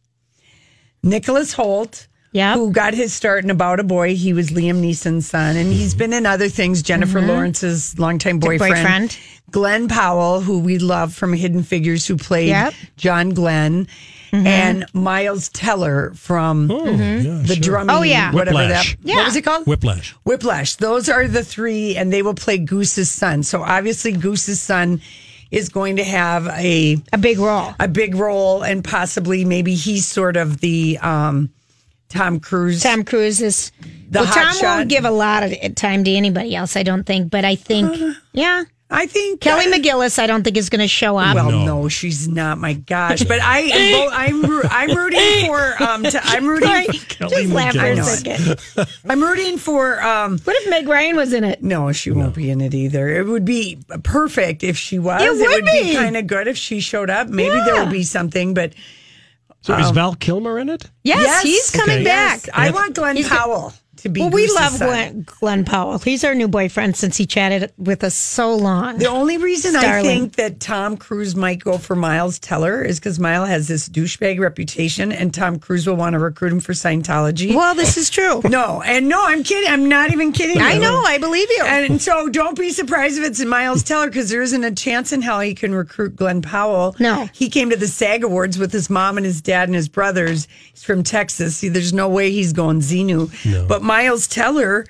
Speaker 2: Nicholas Holt.
Speaker 3: Yep.
Speaker 2: Who got his start in About a Boy? He was Liam Neeson's son, and he's been in other things. Jennifer
Speaker 3: Mm-hmm.
Speaker 2: Lawrence's longtime boyfriend,
Speaker 3: boyfriend.
Speaker 2: Glenn Powell, who we love from Hidden Figures, who played
Speaker 3: Yep. Mm-hmm.
Speaker 2: John Glenn, and Miles Teller from
Speaker 1: Oh, yeah,
Speaker 2: mm-hmm. the
Speaker 1: sure.
Speaker 2: drumming.
Speaker 3: Oh, yeah.
Speaker 2: whatever
Speaker 1: Whiplash.
Speaker 2: that. What was it called?
Speaker 1: Whiplash.
Speaker 2: Whiplash. Those are the three, and they will play Goose's son. So obviously, Goose's son is going to have a
Speaker 3: a big role.
Speaker 2: a big role, and possibly maybe he's sort of the um, Tom Cruise.
Speaker 3: Tom Cruise is.
Speaker 2: The
Speaker 3: well, Tom
Speaker 2: hot shot.
Speaker 3: won't give a lot of time to anybody else, I don't think. But I think,
Speaker 2: Uh,
Speaker 3: yeah,
Speaker 2: I think
Speaker 3: Kelly McGillis, I don't think is going to show up.
Speaker 2: Well,
Speaker 1: No.
Speaker 2: no. she's not. My gosh, but I, am vo- I'm, ru- I'm rooting for. Um, to, I'm rooting.
Speaker 3: Sorry,
Speaker 2: For,
Speaker 3: just laugh for a
Speaker 2: McGillis.
Speaker 3: second.
Speaker 2: I'm rooting for. Um,
Speaker 3: What if Meg Ryan was in it?
Speaker 2: no, she won't be in it either. It would be perfect if she was.
Speaker 3: It would
Speaker 2: be,
Speaker 3: be.
Speaker 2: kind of good if she showed up. Maybe there would be something. But
Speaker 1: So
Speaker 2: Um,
Speaker 1: is Val Kilmer in it?
Speaker 3: Yes, he's coming
Speaker 1: Okay.
Speaker 3: back.
Speaker 2: Yes, I want Glenn Powell to be.
Speaker 3: Well, we
Speaker 2: Goose's
Speaker 3: love
Speaker 2: son.
Speaker 3: Glenn, Glenn Powell. He's our new boyfriend since he chatted with us so long.
Speaker 2: The only reason I
Speaker 3: Starling.
Speaker 2: think that Tom Cruise might go for Miles Teller is because Miles has this douchebag reputation, and Tom Cruise will want to recruit him for Scientology.
Speaker 3: Well, this is true.
Speaker 2: No, and no, I'm kidding. I'm not even kidding.
Speaker 3: I
Speaker 2: you.
Speaker 3: know. I believe you.
Speaker 2: And so don't be surprised if it's Miles Teller because there isn't a chance in hell he can recruit Glenn Powell.
Speaker 3: No.
Speaker 2: He came to the SAG Awards with his mom and his dad and his brothers. He's from Texas. See, there's no way he's going Xenu. But Miles Teller,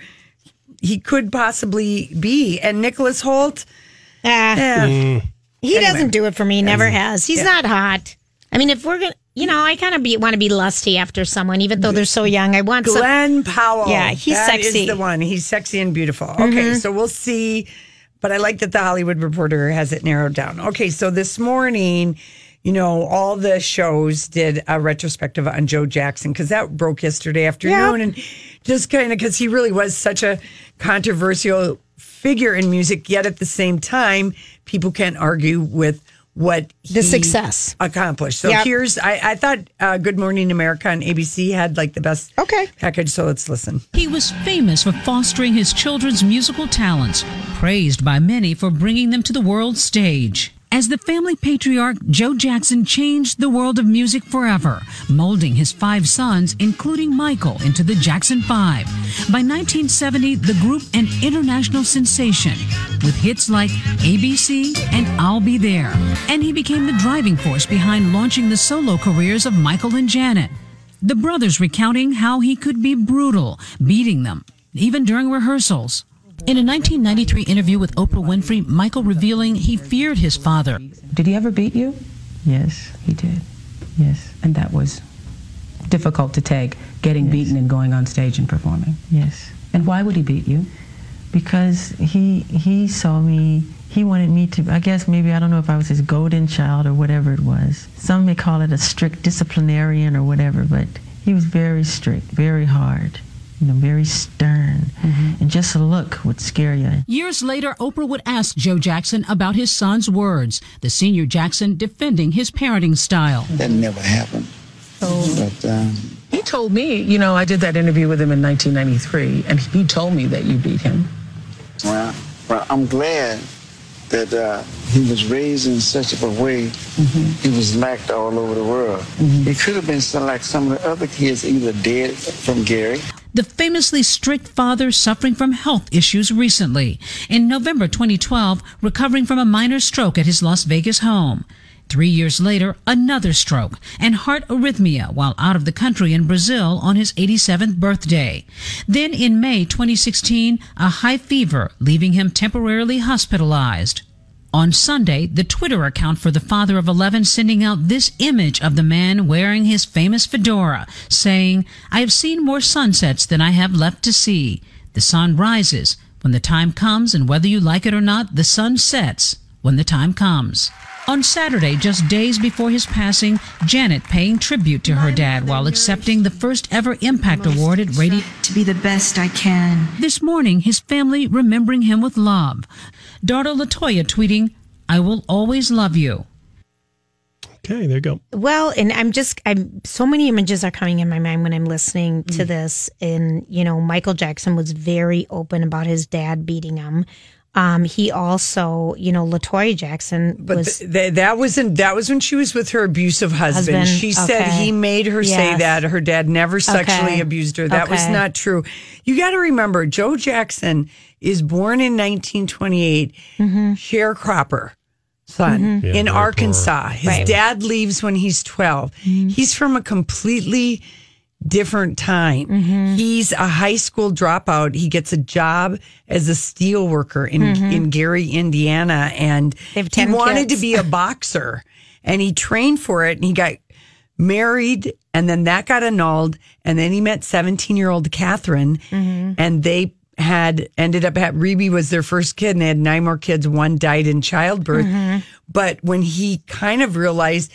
Speaker 2: he could possibly be. And Nicholas Holt,
Speaker 3: Ah,
Speaker 2: eh,
Speaker 3: he doesn't do it for me. Never has. He's not hot. I mean, if we're gonna, you know, I kind of be, want to be lusty after someone, even though they're so young. I want some.
Speaker 2: Glenn Powell.
Speaker 3: Yeah, he's
Speaker 2: That is
Speaker 3: sexy. Mm-hmm.
Speaker 2: the one. He's sexy and beautiful. Okay, so we'll see. But I like that the Hollywood Reporter has it narrowed down. Okay, so this morning, you know, all the shows did a retrospective on Joe Jackson because that broke yesterday afternoon. And just kind of because he really was such a controversial figure in music, yet at the same time, people can't argue with what
Speaker 3: The success.
Speaker 2: accomplished. So
Speaker 3: Yep.
Speaker 2: here's, I, I thought uh, Good Morning America on ABC had like the best
Speaker 3: okay.
Speaker 2: package. So let's listen.
Speaker 12: He was famous for fostering his children's musical talents, praised by many for bringing them to the world stage. As the family patriarch, Joe Jackson changed the world of music forever, molding his five sons, including Michael, into the Jackson Five. By 1970, the group an international sensation with hits like ABC and I'll Be There. And he became the driving force behind launching the solo careers of Michael and Janet. The brothers recounting how he could be brutal, beating them, even during rehearsals. In a 1993 interview with Oprah Winfrey, Michael revealing he feared his father.
Speaker 13: Did he ever beat you? Yes, he did. Yes, and that was difficult to take, getting beaten and going on stage and performing.
Speaker 14: Yes,
Speaker 13: And why would he beat you?
Speaker 14: because he he saw me. He wanted me to. I guess maybe I don't know if I was his golden child or whatever it was. Some may call it a strict disciplinarian or whatever, but he was very strict, very hard, you know, very stern,
Speaker 13: Mm-hmm.
Speaker 14: and just a look would scare you.
Speaker 12: Years later, Oprah would ask Joe Jackson about his son's words, the senior Jackson defending his parenting style.
Speaker 15: That never happened. But um,
Speaker 13: He told me, you know, I did that interview with him in 1993, and he told me that you beat him.
Speaker 15: well, well, I'm glad that uh, he was raised in such of a way he was lacked all over the world. It could have been some, like some of the other kids, either dead from Gary.
Speaker 12: The famously strict father suffering from health issues recently. In November 2012, recovering from a minor stroke at his Las Vegas home. Three years later, another stroke and heart arrhythmia while out of the country in Brazil on his 87th birthday. Then in May 2016, a high fever leaving him temporarily hospitalized. On Sunday, the Twitter account for the father of 11 sending out this image of the man wearing his famous fedora, saying, I have seen more sunsets than I have left to see. The sun rises when the time comes, and whether you like it or not, the sun sets when the time comes. On Saturday, just days before his passing, Janet paying tribute to her dad while accepting the first ever Impact Award at Radio. To be the best I can. This morning, his family remembering him with love. Darda Latoya tweeting, I will always love you.
Speaker 1: Okay, there you go.
Speaker 3: Well, and I'm just I'm so many images are coming in my mind when I'm listening
Speaker 2: Mm.
Speaker 3: to this. And you know, Michael Jackson was very open about his dad beating him. Um, he also, you know, Latoya Jackson
Speaker 2: But
Speaker 3: was
Speaker 2: th- th- that was in, that was when she was with her abusive husband.
Speaker 3: Husband,
Speaker 2: She said
Speaker 3: okay.
Speaker 2: he made her say
Speaker 3: Yes.
Speaker 2: that her dad never sexually
Speaker 3: Okay.
Speaker 2: abused her. That was
Speaker 3: Okay.
Speaker 2: not true. You got to remember, Joe Jackson is born in 1928,
Speaker 3: Mm-hmm.
Speaker 2: sharecropper son
Speaker 14: Mhm. Yeah,
Speaker 2: in
Speaker 14: very poor.
Speaker 2: Arkansas. His
Speaker 14: Right.
Speaker 2: dad leaves when he's 12.
Speaker 3: Mm-hmm.
Speaker 2: He's from a completely different time.
Speaker 3: Mm-hmm.
Speaker 2: He's a high school dropout. He gets a job as a steel worker in,
Speaker 3: Mhm.
Speaker 2: in Gary, Indiana, and
Speaker 3: They have
Speaker 2: he
Speaker 3: 10
Speaker 2: wanted
Speaker 3: kids.
Speaker 2: to be a boxer and he trained for it and he got married and then that got annulled and then he met 17 year old Catherine
Speaker 3: Mm-hmm.
Speaker 2: and they had ended up at Reby was their first kid and they had nine more kids. One died in childbirth.
Speaker 3: Mm-hmm.
Speaker 14: Mhm.
Speaker 2: But when he kind of realized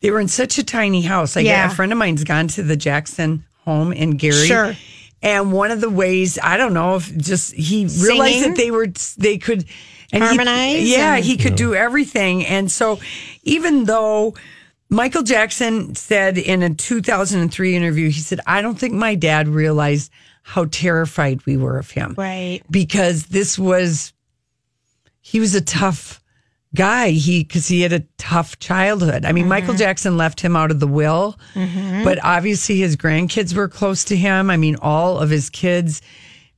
Speaker 2: they were in such a tiny house, like
Speaker 14: Yeah.
Speaker 2: a friend of mine's gone to the Jackson home in Gary.
Speaker 14: Sure.
Speaker 2: And one of the ways, I don't know if just he realized
Speaker 14: Singing?
Speaker 2: that they were, they could and he-
Speaker 14: Harmonize
Speaker 2: yeah,
Speaker 14: and-
Speaker 2: he could
Speaker 14: Yeah.
Speaker 2: do everything. And so, even though Michael Jackson said in a 2003 interview, he said, I don't think my dad realized how terrified we were of him.
Speaker 3: Right.
Speaker 2: Because this was, he was a tough guy. He, because he had a tough childhood. I mean, Michael
Speaker 14: Mm-hmm.
Speaker 2: Jackson left him out of the will.
Speaker 14: Mhm.
Speaker 2: But obviously, his grandkids were close to him. I mean, all of his kids,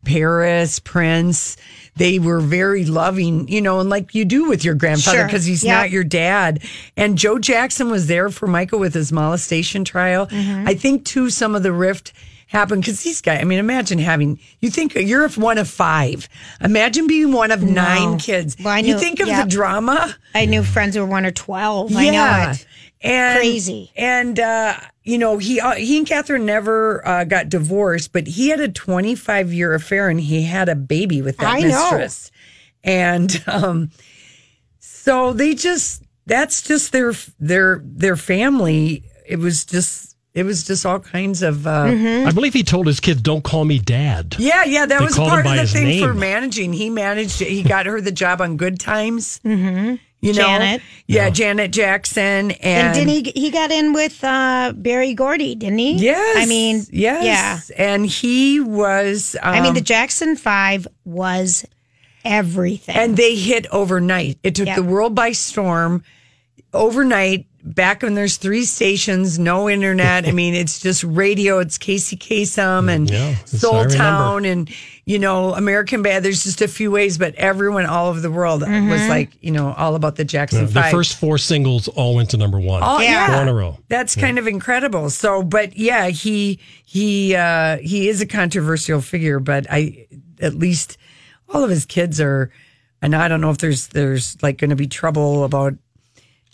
Speaker 2: Paris, Prince, they were very loving, you know, and like you do with your grandfather
Speaker 14: Sure.
Speaker 2: because he's
Speaker 14: Yeah.
Speaker 2: not your dad. And Joe Jackson was there for Michael with his molestation trial.
Speaker 14: Mhm.
Speaker 2: I think, too, some of the rift happened because these guys, I mean, imagine having, you think you're one of five. Imagine being one of nine kids.
Speaker 3: Well, I
Speaker 2: you
Speaker 3: knew-
Speaker 2: think of
Speaker 3: yeah.
Speaker 2: the drama.
Speaker 3: I knew friends who were one or twelve. I know it.
Speaker 2: And,
Speaker 3: Crazy.
Speaker 2: And uh, you know, he uh, he and Catherine never uh, got divorced, but he had a 25 year affair, and he had a baby with that
Speaker 14: I know.
Speaker 2: mistress. And um, so they just that's just their their their family. It was just it was just all kinds of. Uh,
Speaker 1: I believe he told his kids, "Don't call me dad."
Speaker 2: Yeah, yeah, that
Speaker 1: They
Speaker 2: was
Speaker 1: called him
Speaker 2: part of
Speaker 1: by
Speaker 2: the
Speaker 1: his
Speaker 2: thing
Speaker 1: name.
Speaker 2: for managing. He managed. He got her the job on Good Times. Mm-hmm. You know,
Speaker 3: Janet.
Speaker 2: Yeah, Janet Jackson, and,
Speaker 3: And, didn't he? He got in with uh, Barry Gordy, didn't he?
Speaker 2: Yes,
Speaker 3: I mean,
Speaker 2: yes, yeah, and he was. Um,
Speaker 3: I mean, the Jackson Five was everything.
Speaker 2: and they hit overnight. It took
Speaker 3: Yeah.
Speaker 2: the world by storm. Overnight, back when there's three stations, no internet. I mean, it's just radio. It's Casey Kasem and
Speaker 1: that's- I
Speaker 2: Soul
Speaker 1: remember.
Speaker 2: Town and you know American Bad. There's just a few ways, but everyone all over the world was
Speaker 1: Mhm.
Speaker 2: like you know all about the Jackson
Speaker 1: The
Speaker 2: Five.
Speaker 1: first four singles all went to number one.
Speaker 2: Oh, yeah.
Speaker 1: Four in a row.
Speaker 2: That's kind of incredible. So, but yeah, he he uh he is a controversial figure, but I at least all of his kids are and I don't know if there's there's like going to be trouble about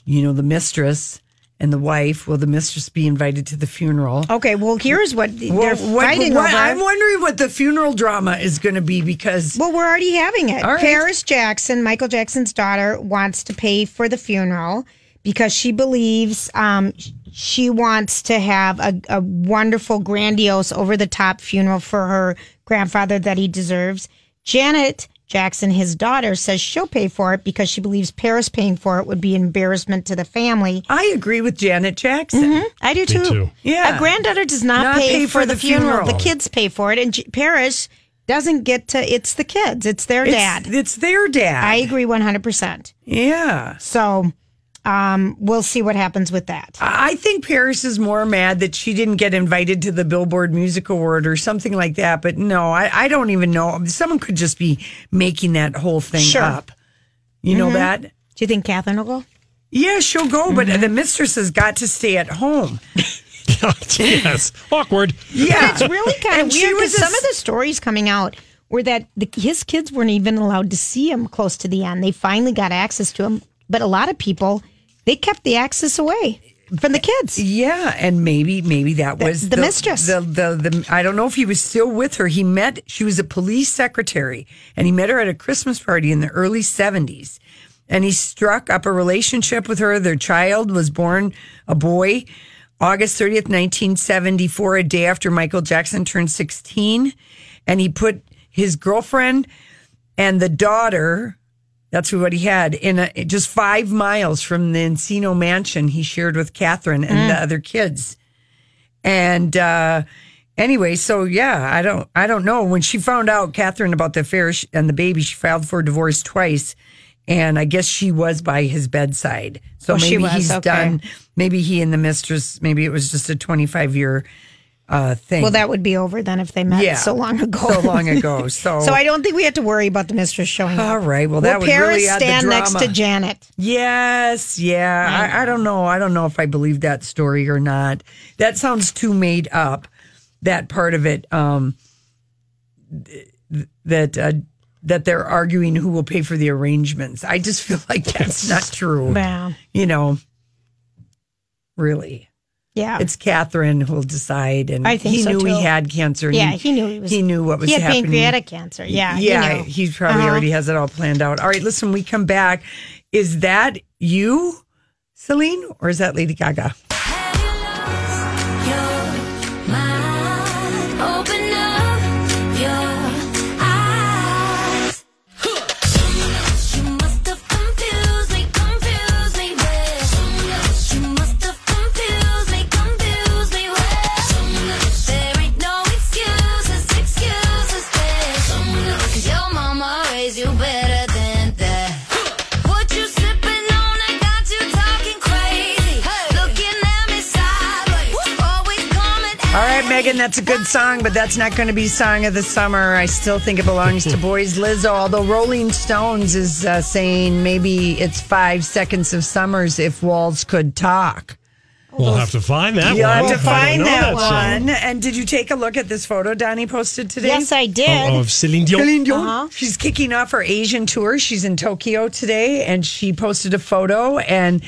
Speaker 2: you know the mistress and the wife. Will the mistress be invited to the funeral?
Speaker 3: Okay, well here's what Oh, they're
Speaker 2: Well, what-
Speaker 3: fighting
Speaker 2: what-
Speaker 3: over.
Speaker 2: I'm wondering what the funeral drama is going to be because
Speaker 3: well, we're already having it.
Speaker 2: All right.
Speaker 3: Paris Jackson, Michael Jackson's daughter, wants to pay for the funeral because she believes um, sh- she wants to have a, a wonderful, grandiose, over the top funeral for her grandfather that he deserves. Janet Jackson, his daughter, says she'll pay for it because she believes Paris paying for it would be embarrassment to the family.
Speaker 2: I agree with Janet Jackson.
Speaker 3: I do
Speaker 2: Me
Speaker 3: too.
Speaker 2: too. Yeah.
Speaker 3: A granddaughter does not,
Speaker 2: Not
Speaker 3: pay, for, the, funeral. The kids pay for it, and J- Paris doesn't get to. It's the kids. It's their
Speaker 2: It's-
Speaker 3: dad.
Speaker 2: It's their dad.
Speaker 3: I agree one hundred percent.
Speaker 2: yeah.
Speaker 3: So, um, we'll see what happens with that.
Speaker 2: I think Paris is more mad that she didn't get invited to the Billboard Music Award or something like that. But no, I, I don't even know. Someone could just be making that whole thing
Speaker 3: Sure.
Speaker 2: up. You know
Speaker 3: Mhm.
Speaker 2: that?
Speaker 3: Do you think Catherine will go?
Speaker 2: Yeah, she'll go, but the mistress has got to stay at home.
Speaker 1: yes. Awkward.
Speaker 2: Yeah.
Speaker 3: It's really kind of
Speaker 2: And she
Speaker 3: weird
Speaker 2: was
Speaker 3: because
Speaker 2: a
Speaker 3: some
Speaker 2: s-
Speaker 3: of the stories coming out were that the, his kids weren't even allowed to see him close to the end. They finally got access to him, but a lot of people they kept the access away from the kids.
Speaker 2: Yeah, and maybe maybe that was
Speaker 3: the mistress.
Speaker 2: The, the the I don't know if he was still with her. He met she was a police secretary, and he met her at a Christmas party in the early seventies, and he struck up a relationship with her. Their child was born a boy, August thirtieth, nineteen seventy four, a day after Michael Jackson turned sixteen, and he put his girlfriend and the daughter. That's what he had in a, just five miles from the Encino mansion he shared with Catherine and
Speaker 3: Mm.
Speaker 2: the other kids. And uh, anyway, so yeah, I don't, I don't know. When she found out Catherine about the affair sh- and the baby, she filed for divorce twice, and I guess she was by his bedside. So
Speaker 3: Oh, she
Speaker 2: maybe
Speaker 3: was,
Speaker 2: he's
Speaker 3: okay.
Speaker 2: done. Maybe he and the mistress. Maybe it was just a twenty-five year uh, thing.
Speaker 3: Well, that would be over then if they met
Speaker 2: Yeah.
Speaker 3: so long ago.
Speaker 2: So long ago. So-
Speaker 3: so I don't think we have to worry about the mistress showing up.
Speaker 2: All right. Well,
Speaker 3: Will
Speaker 2: that would
Speaker 3: Paris
Speaker 2: really add the
Speaker 3: stand next to
Speaker 2: drama.
Speaker 3: Janet.
Speaker 2: Yes, yeah. I, I don't know. I don't know if I believe that story or not. That sounds too made up. That part of it, um, th- that uh, that they're arguing who will pay for the arrangements. I just feel like that's not true.
Speaker 3: Yeah.
Speaker 2: You know, really,
Speaker 3: Yeah.
Speaker 2: it's Catherine who'll decide. And
Speaker 3: I think
Speaker 2: he
Speaker 3: so,
Speaker 2: knew he
Speaker 3: too.
Speaker 2: had cancer. and
Speaker 3: yeah, he knew he was.
Speaker 2: he knew what was
Speaker 3: He had
Speaker 2: happening.
Speaker 3: pancreatic cancer. Yeah,
Speaker 2: yeah.
Speaker 3: He knew.
Speaker 2: He probably
Speaker 3: Uh-huh.
Speaker 2: already has it all planned out. All right, listen, we come back. Is that you, Celine, or is that Lady Gaga?
Speaker 4: Open up your eyes. You must have confused me, confused me with. You must have confused me, confused me with. There ain't no excuses, excuses there. 'Cause your mama raised you better than that. What you sipping on? I got you talking crazy. Looking at me sideways. Always coming
Speaker 2: All right, Megan, that's a good song, but that's not going to be song of the summer. I still think it belongs to Boys Lizzo, although Rolling Stones is uh, saying maybe it's five seconds of summers if walls could talk.
Speaker 1: We'll have to find that
Speaker 2: You'll
Speaker 1: one.
Speaker 2: have
Speaker 1: I
Speaker 2: to
Speaker 1: don't
Speaker 2: find
Speaker 1: know
Speaker 2: that,
Speaker 1: song.
Speaker 2: one. And did you take a look at this photo Donnie posted today?
Speaker 3: Yes, I did.
Speaker 1: Oh, of Celine Dion.
Speaker 2: Celine Dion. Uh-huh. She's kicking off her Asian tour. She's in Tokyo today, and she posted a photo. And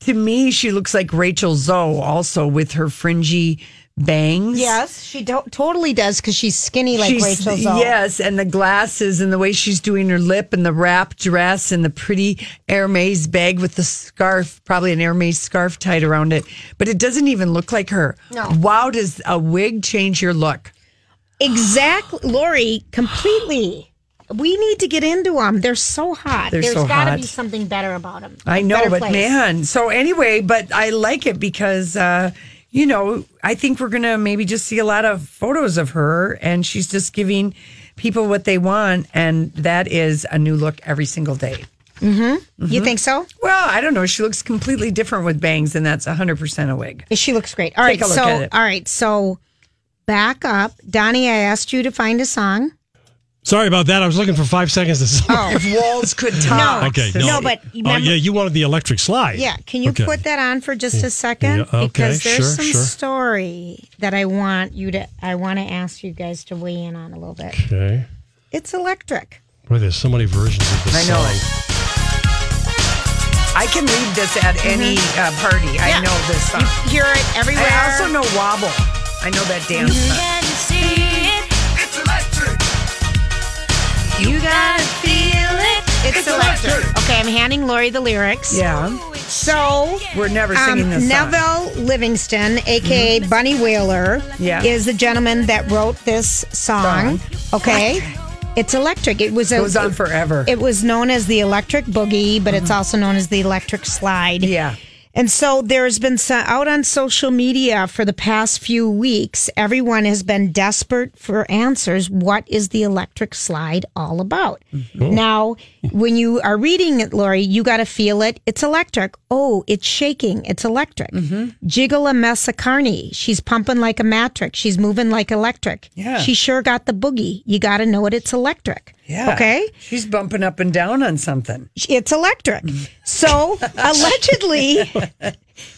Speaker 2: to me, she looks like Rachel Zoe, also with her fringy bangs.
Speaker 3: Yes, she do- totally does because she's skinny like
Speaker 2: She's-
Speaker 3: Rachel's.
Speaker 2: Yes, and the glasses and the way she's doing her lip and the wrap dress and the pretty Hermes bag with the scarf, probably an Hermes scarf tied around it. But it doesn't even look like her.
Speaker 3: No.
Speaker 2: Wow, does a wig change your look?
Speaker 3: Exactly, Lori, completely. We need to get into them. They're so hot.
Speaker 2: They're
Speaker 3: There's
Speaker 2: so
Speaker 3: gotta
Speaker 2: hot.
Speaker 3: be something better about them.
Speaker 2: I know, but man. So anyway, but I like it because uh, you know, I think we're gonna maybe just see a lot of photos of her and she's just giving people what they want and that is a new look every single day.
Speaker 3: Mm-hmm. You think so?
Speaker 2: Well, I don't know. She looks completely different with bangs, and that's 100% a wig.
Speaker 3: She looks great. All right,
Speaker 2: Take a look
Speaker 3: so
Speaker 2: at it.
Speaker 3: all right, so back up, Donnie. I asked you to find a song.
Speaker 1: Sorry about that. I was looking for five seconds to.
Speaker 2: If walls could
Speaker 3: talk.
Speaker 1: okay.
Speaker 3: Oh, No,
Speaker 1: No,
Speaker 3: but
Speaker 1: Oh,
Speaker 3: remember-
Speaker 1: yeah, you wanted the electric slide.
Speaker 3: Yeah, can you
Speaker 1: Okay.
Speaker 3: put that on for just a second?
Speaker 1: Yeah, okay,
Speaker 3: because there's
Speaker 1: sure,
Speaker 3: some
Speaker 1: sure.
Speaker 3: story that I want you to. I want to ask you guys to weigh in on a little bit.
Speaker 1: Okay.
Speaker 3: It's electric.
Speaker 1: Boy, there's so many versions of this
Speaker 2: I know
Speaker 1: song.
Speaker 2: I can leave this at
Speaker 3: Mm-hmm.
Speaker 2: any uh, party. I know this song.
Speaker 3: hear it everywhere.
Speaker 2: I also know Wobble. I know that dance.
Speaker 3: Mm-hmm.
Speaker 4: It's electric.
Speaker 3: You gotta feel it. It's, electric. Okay, I'm handing Lori the lyrics.
Speaker 2: Yeah.
Speaker 3: So
Speaker 2: we're never singing
Speaker 3: um,
Speaker 2: this song. Mm-hmm.
Speaker 3: Neville Livingston, aka Bunny Whaler,
Speaker 2: Yeah.
Speaker 3: is the gentleman that wrote this song. Okay. It's electric. It was a,
Speaker 2: It goes on forever. Mm-hmm.
Speaker 3: It was known as the electric boogie, but it's also known as the electric slide.
Speaker 2: Yeah.
Speaker 3: And so there's been some, out on social media for the past few weeks, everyone has been desperate for answers. What is the electric slide all about?
Speaker 2: Mm-hmm.
Speaker 3: Now, when you are reading it, Lori, you got to feel it. It's electric. Oh, it's shaking. It's electric.
Speaker 2: Mm-hmm.
Speaker 3: Jiggle a mess of carney. She's pumping like a matrix. She's moving like electric.
Speaker 2: Yeah.
Speaker 3: She sure got the boogie. You got to know it. It's electric.
Speaker 2: Yeah.
Speaker 3: Okay
Speaker 2: She's bumping up and down on something.
Speaker 3: it's electric. So allegedly,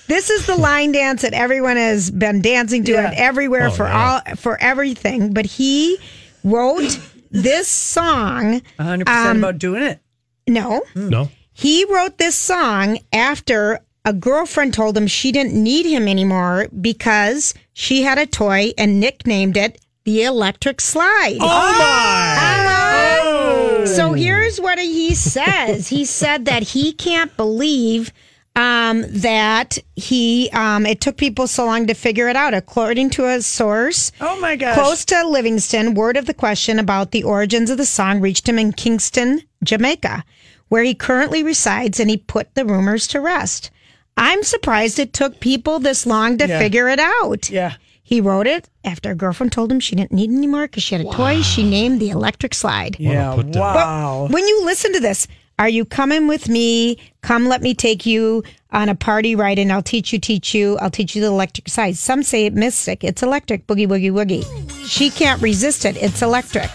Speaker 3: this is the line dance that everyone has been dancing to it everywhere
Speaker 4: Oh,
Speaker 3: for
Speaker 4: yeah.
Speaker 3: all for everything. But he wrote this song.
Speaker 4: Uh-huh.
Speaker 2: 100%
Speaker 3: Um,
Speaker 2: about doing it.
Speaker 3: No,
Speaker 1: No.
Speaker 3: he wrote this song after a girlfriend told him she didn't need him anymore because she had a toy and nicknamed it the electric slide.
Speaker 4: Oh,
Speaker 3: my! So here's what he says. he said that he can't believe um, that he um, it took people so long to figure it out, according to a source.
Speaker 2: Oh my gosh.
Speaker 3: Close to Livingston, word of the question about the origins of the song reached him in Kingston, Jamaica, where he currently resides, and he put the rumors to rest. I'm surprised it took people this long to
Speaker 2: Yeah.
Speaker 3: figure it out.
Speaker 2: Yeah.
Speaker 3: He wrote it after a girlfriend told him she didn't need it anymore because she had a toy she named the electric slide.
Speaker 2: Yeah. Wow.
Speaker 3: When you listen to this, are you coming with me? Come, let me take you on a party ride, and I'll teach you, teach you, I'll teach you the electric side. Some say it mystic. It's electric, boogie woogie woogie. She can't resist it. It's electric.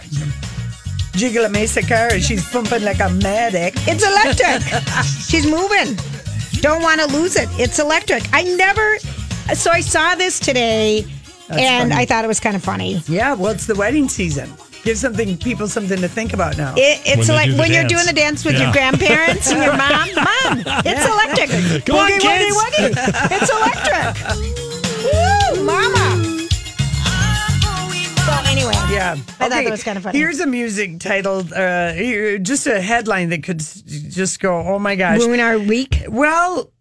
Speaker 2: Jiggle a mesa car. She's pumping like a medic.
Speaker 3: It's electric. She's moving. Don't want to lose it. It's electric. I never. So I saw this today, and
Speaker 2: funny.
Speaker 3: I thought it was kind of funny.
Speaker 2: Yeah. Well, it's the wedding season. Give something people something to think about now.
Speaker 3: It, it's
Speaker 2: When
Speaker 3: like
Speaker 2: they do the
Speaker 3: when you're
Speaker 2: dance.
Speaker 3: doing the dance with your
Speaker 2: Yeah.
Speaker 3: grandparents and your mom. Mom, it's
Speaker 2: Yeah.
Speaker 3: electric.
Speaker 2: Go on,
Speaker 3: Boogie, woogie,
Speaker 2: kids.
Speaker 3: woogie. It's electric. Woo, mama. So anyway,
Speaker 2: Yeah.
Speaker 3: I thought that was kind of funny.
Speaker 2: Here's a music titled, uh, here- just a headline that could s- just go, oh my gosh.
Speaker 3: Ruin our week?
Speaker 2: Well,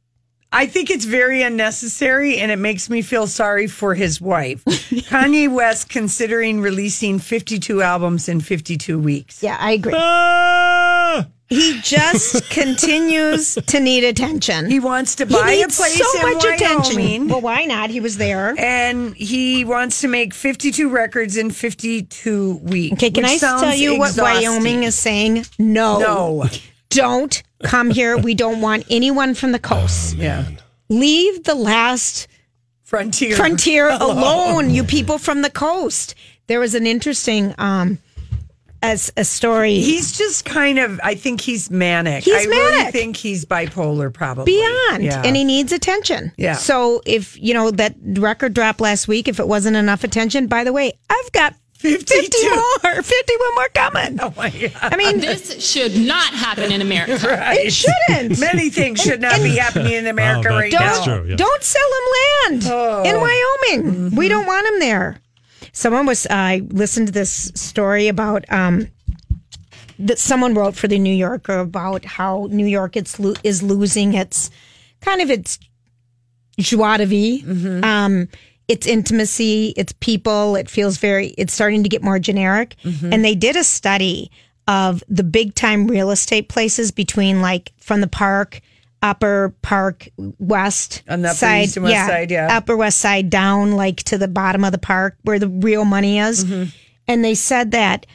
Speaker 2: I think it's very unnecessary and it makes me feel sorry for his wife. Kanye West considering releasing 52 albums in 52 weeks.
Speaker 3: Yeah, I agree.
Speaker 2: Ah.
Speaker 3: He just continues to need attention. He
Speaker 2: wants to buy a place
Speaker 3: so
Speaker 2: in
Speaker 3: much attention.
Speaker 2: Wyoming.
Speaker 3: Well, why not? He was there.
Speaker 2: And he wants to make 52 records in 52 weeks.
Speaker 3: Okay, can
Speaker 2: which
Speaker 3: I tell
Speaker 2: sounds
Speaker 3: you what
Speaker 2: exhausting.
Speaker 3: Wyoming is Oh. saying? No.
Speaker 2: No.
Speaker 3: Don't come here. We don't want anyone from the coast.
Speaker 2: Uh, yeah.
Speaker 3: Leave the last
Speaker 2: Frontier.
Speaker 3: frontier alone, you people from the coast. There was an interesting um as a story.
Speaker 2: He's just kind of. I think he's manic.
Speaker 3: He's
Speaker 2: I
Speaker 3: manic.
Speaker 2: really think he's bipolar, probably
Speaker 3: beyond
Speaker 2: Yeah.
Speaker 3: and he needs attention
Speaker 2: Yeah.
Speaker 3: so if you know that record drop last week if it wasn't enough attention by the way i've got
Speaker 2: 52.
Speaker 3: 50 more. 51 more coming.
Speaker 2: Oh, my God.
Speaker 3: I mean,
Speaker 16: this should not happen in America.
Speaker 2: Right.
Speaker 3: It shouldn't.
Speaker 2: Many things should not be happening in America
Speaker 1: that-
Speaker 2: right
Speaker 1: Oh, that's
Speaker 2: now.
Speaker 1: true, yeah.
Speaker 3: Don't sell him land in Wyoming. We don't want him there. Someone was, I listened to this story about um, that someone wrote for the New Yorker about how New York it's lo- is losing its kind of its joie de vie,
Speaker 2: Mm-hmm.
Speaker 3: um, its intimacy, its people. It feels very, it's starting to get more generic.
Speaker 2: Mm-hmm.
Speaker 3: And they did a study of the big time real estate places between like from the park, upper park, west
Speaker 2: On the upper east and west side, yeah.
Speaker 3: upper west side down like to the bottom of the park where the real money
Speaker 2: Mm-hmm.
Speaker 3: is. And they said that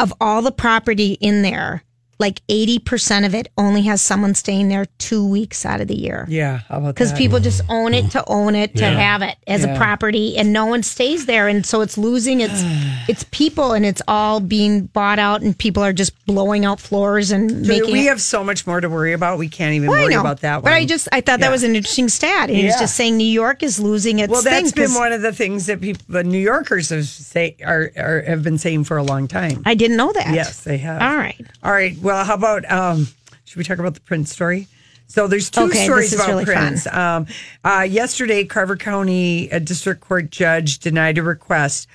Speaker 3: of all the property in there, like 80% of it only has someone staying there two weeks out of the year.
Speaker 2: Yeah, how about
Speaker 3: Because
Speaker 2: that?
Speaker 3: people just own it to own it to
Speaker 2: Yeah.
Speaker 3: have it as
Speaker 2: Yeah.
Speaker 3: a property, and no one stays there, and so it's losing its its people, and it's all being bought out, and people are just blowing out floors and
Speaker 2: Julia,
Speaker 3: making.
Speaker 2: we
Speaker 3: it-
Speaker 2: have so much more to worry about. We can't even
Speaker 3: Well, I
Speaker 2: worry
Speaker 3: know,
Speaker 2: about that one.
Speaker 3: but I just I thought
Speaker 2: Yeah.
Speaker 3: that was an interesting stat. And He was
Speaker 2: Yeah.
Speaker 3: just saying New York is losing its
Speaker 2: Well,
Speaker 3: thing.
Speaker 2: that's been
Speaker 3: 'cause
Speaker 2: one of the things that people, the New Yorkers have say are, are have been saying for a long time.
Speaker 3: I didn't know that.
Speaker 2: Yes, they have.
Speaker 3: All right.
Speaker 2: All right. Well, how about um, should we talk about the Prince story? So there's two
Speaker 3: Okay, this
Speaker 2: stories
Speaker 3: is
Speaker 2: about
Speaker 3: really fun.
Speaker 2: Prince. Um, uh, yesterday, Carver County a district court judge denied a request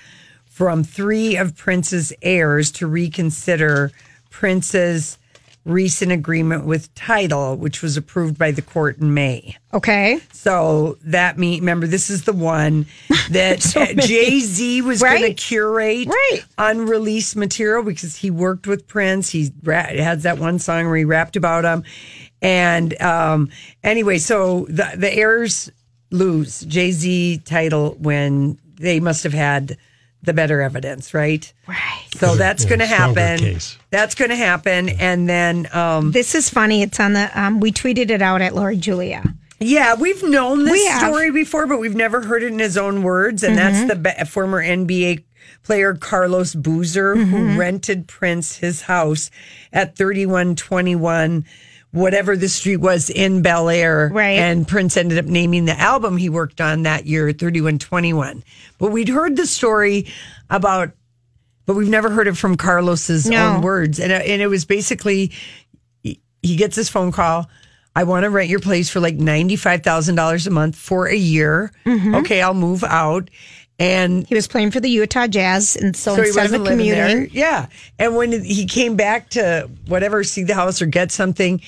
Speaker 2: from three of Prince's heirs to reconsider Prince's recent agreement with title, which was approved by the court in May.
Speaker 3: Okay.
Speaker 2: So that mean remember this is the one that Jay Z was going to
Speaker 3: Right?
Speaker 2: curate
Speaker 3: Right.
Speaker 2: unreleased material because he worked with Prince. He ra- has that one song where he rapped about him. And um, anyway, so the the heirs lose Jay Z title when they must have had the better evidence, right? Right. So that's
Speaker 1: Yeah,
Speaker 2: going to
Speaker 1: stronger
Speaker 2: happen.
Speaker 1: case.
Speaker 2: That's going to happen, and then um,
Speaker 3: This is funny. It's on the um, we tweeted it out at Lori Julia.
Speaker 2: Yeah, we've known this
Speaker 3: We have.
Speaker 2: story before, but we've never heard it in his own words. And that's
Speaker 3: Mm-hmm.
Speaker 2: the be- former NBA player Carlos Boozer
Speaker 3: Mm-hmm.
Speaker 2: who rented Prince his house at 3121, whatever the street was in Bel Air.
Speaker 3: Right.
Speaker 2: And Prince ended up naming the album he worked on that year, 3121. But we'd heard the story about but we've never heard it from Carlos's
Speaker 3: No.
Speaker 2: own words. And uh, and it was basically he he gets this phone call. I want to rent your place for like ninety five thousand dollars a month for a year.
Speaker 3: Mm-hmm.
Speaker 2: Okay, I'll move out. And
Speaker 3: He was playing for the Utah Jazz, and so, instead of
Speaker 2: living there.
Speaker 3: commuting,
Speaker 2: Yeah. And when he came back to whatever, see the house or get something,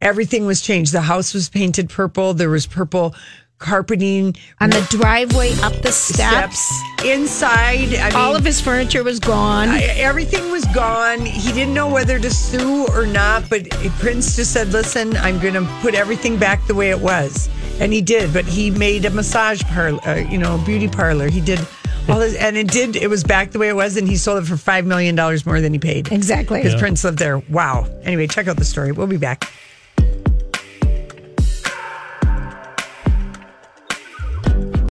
Speaker 2: everything was changed. The house was painted purple. There was purple carpeting
Speaker 3: on the driveway up the steps.
Speaker 2: inside. I mean,
Speaker 3: All of his furniture was gone.
Speaker 2: I- everything was gone. He didn't know whether to sue or not, but Prince just said, "Listen, I'm going to put everything back the way it was," and he did. But he made a massage parlor, uh, you know, beauty parlor. He did all this, and it did. It was back the way it was, and he sold it for five million dollars more than he paid.
Speaker 3: exactly.
Speaker 2: Because Prince lived there. Wow. Anyway, check out the story. We'll be back.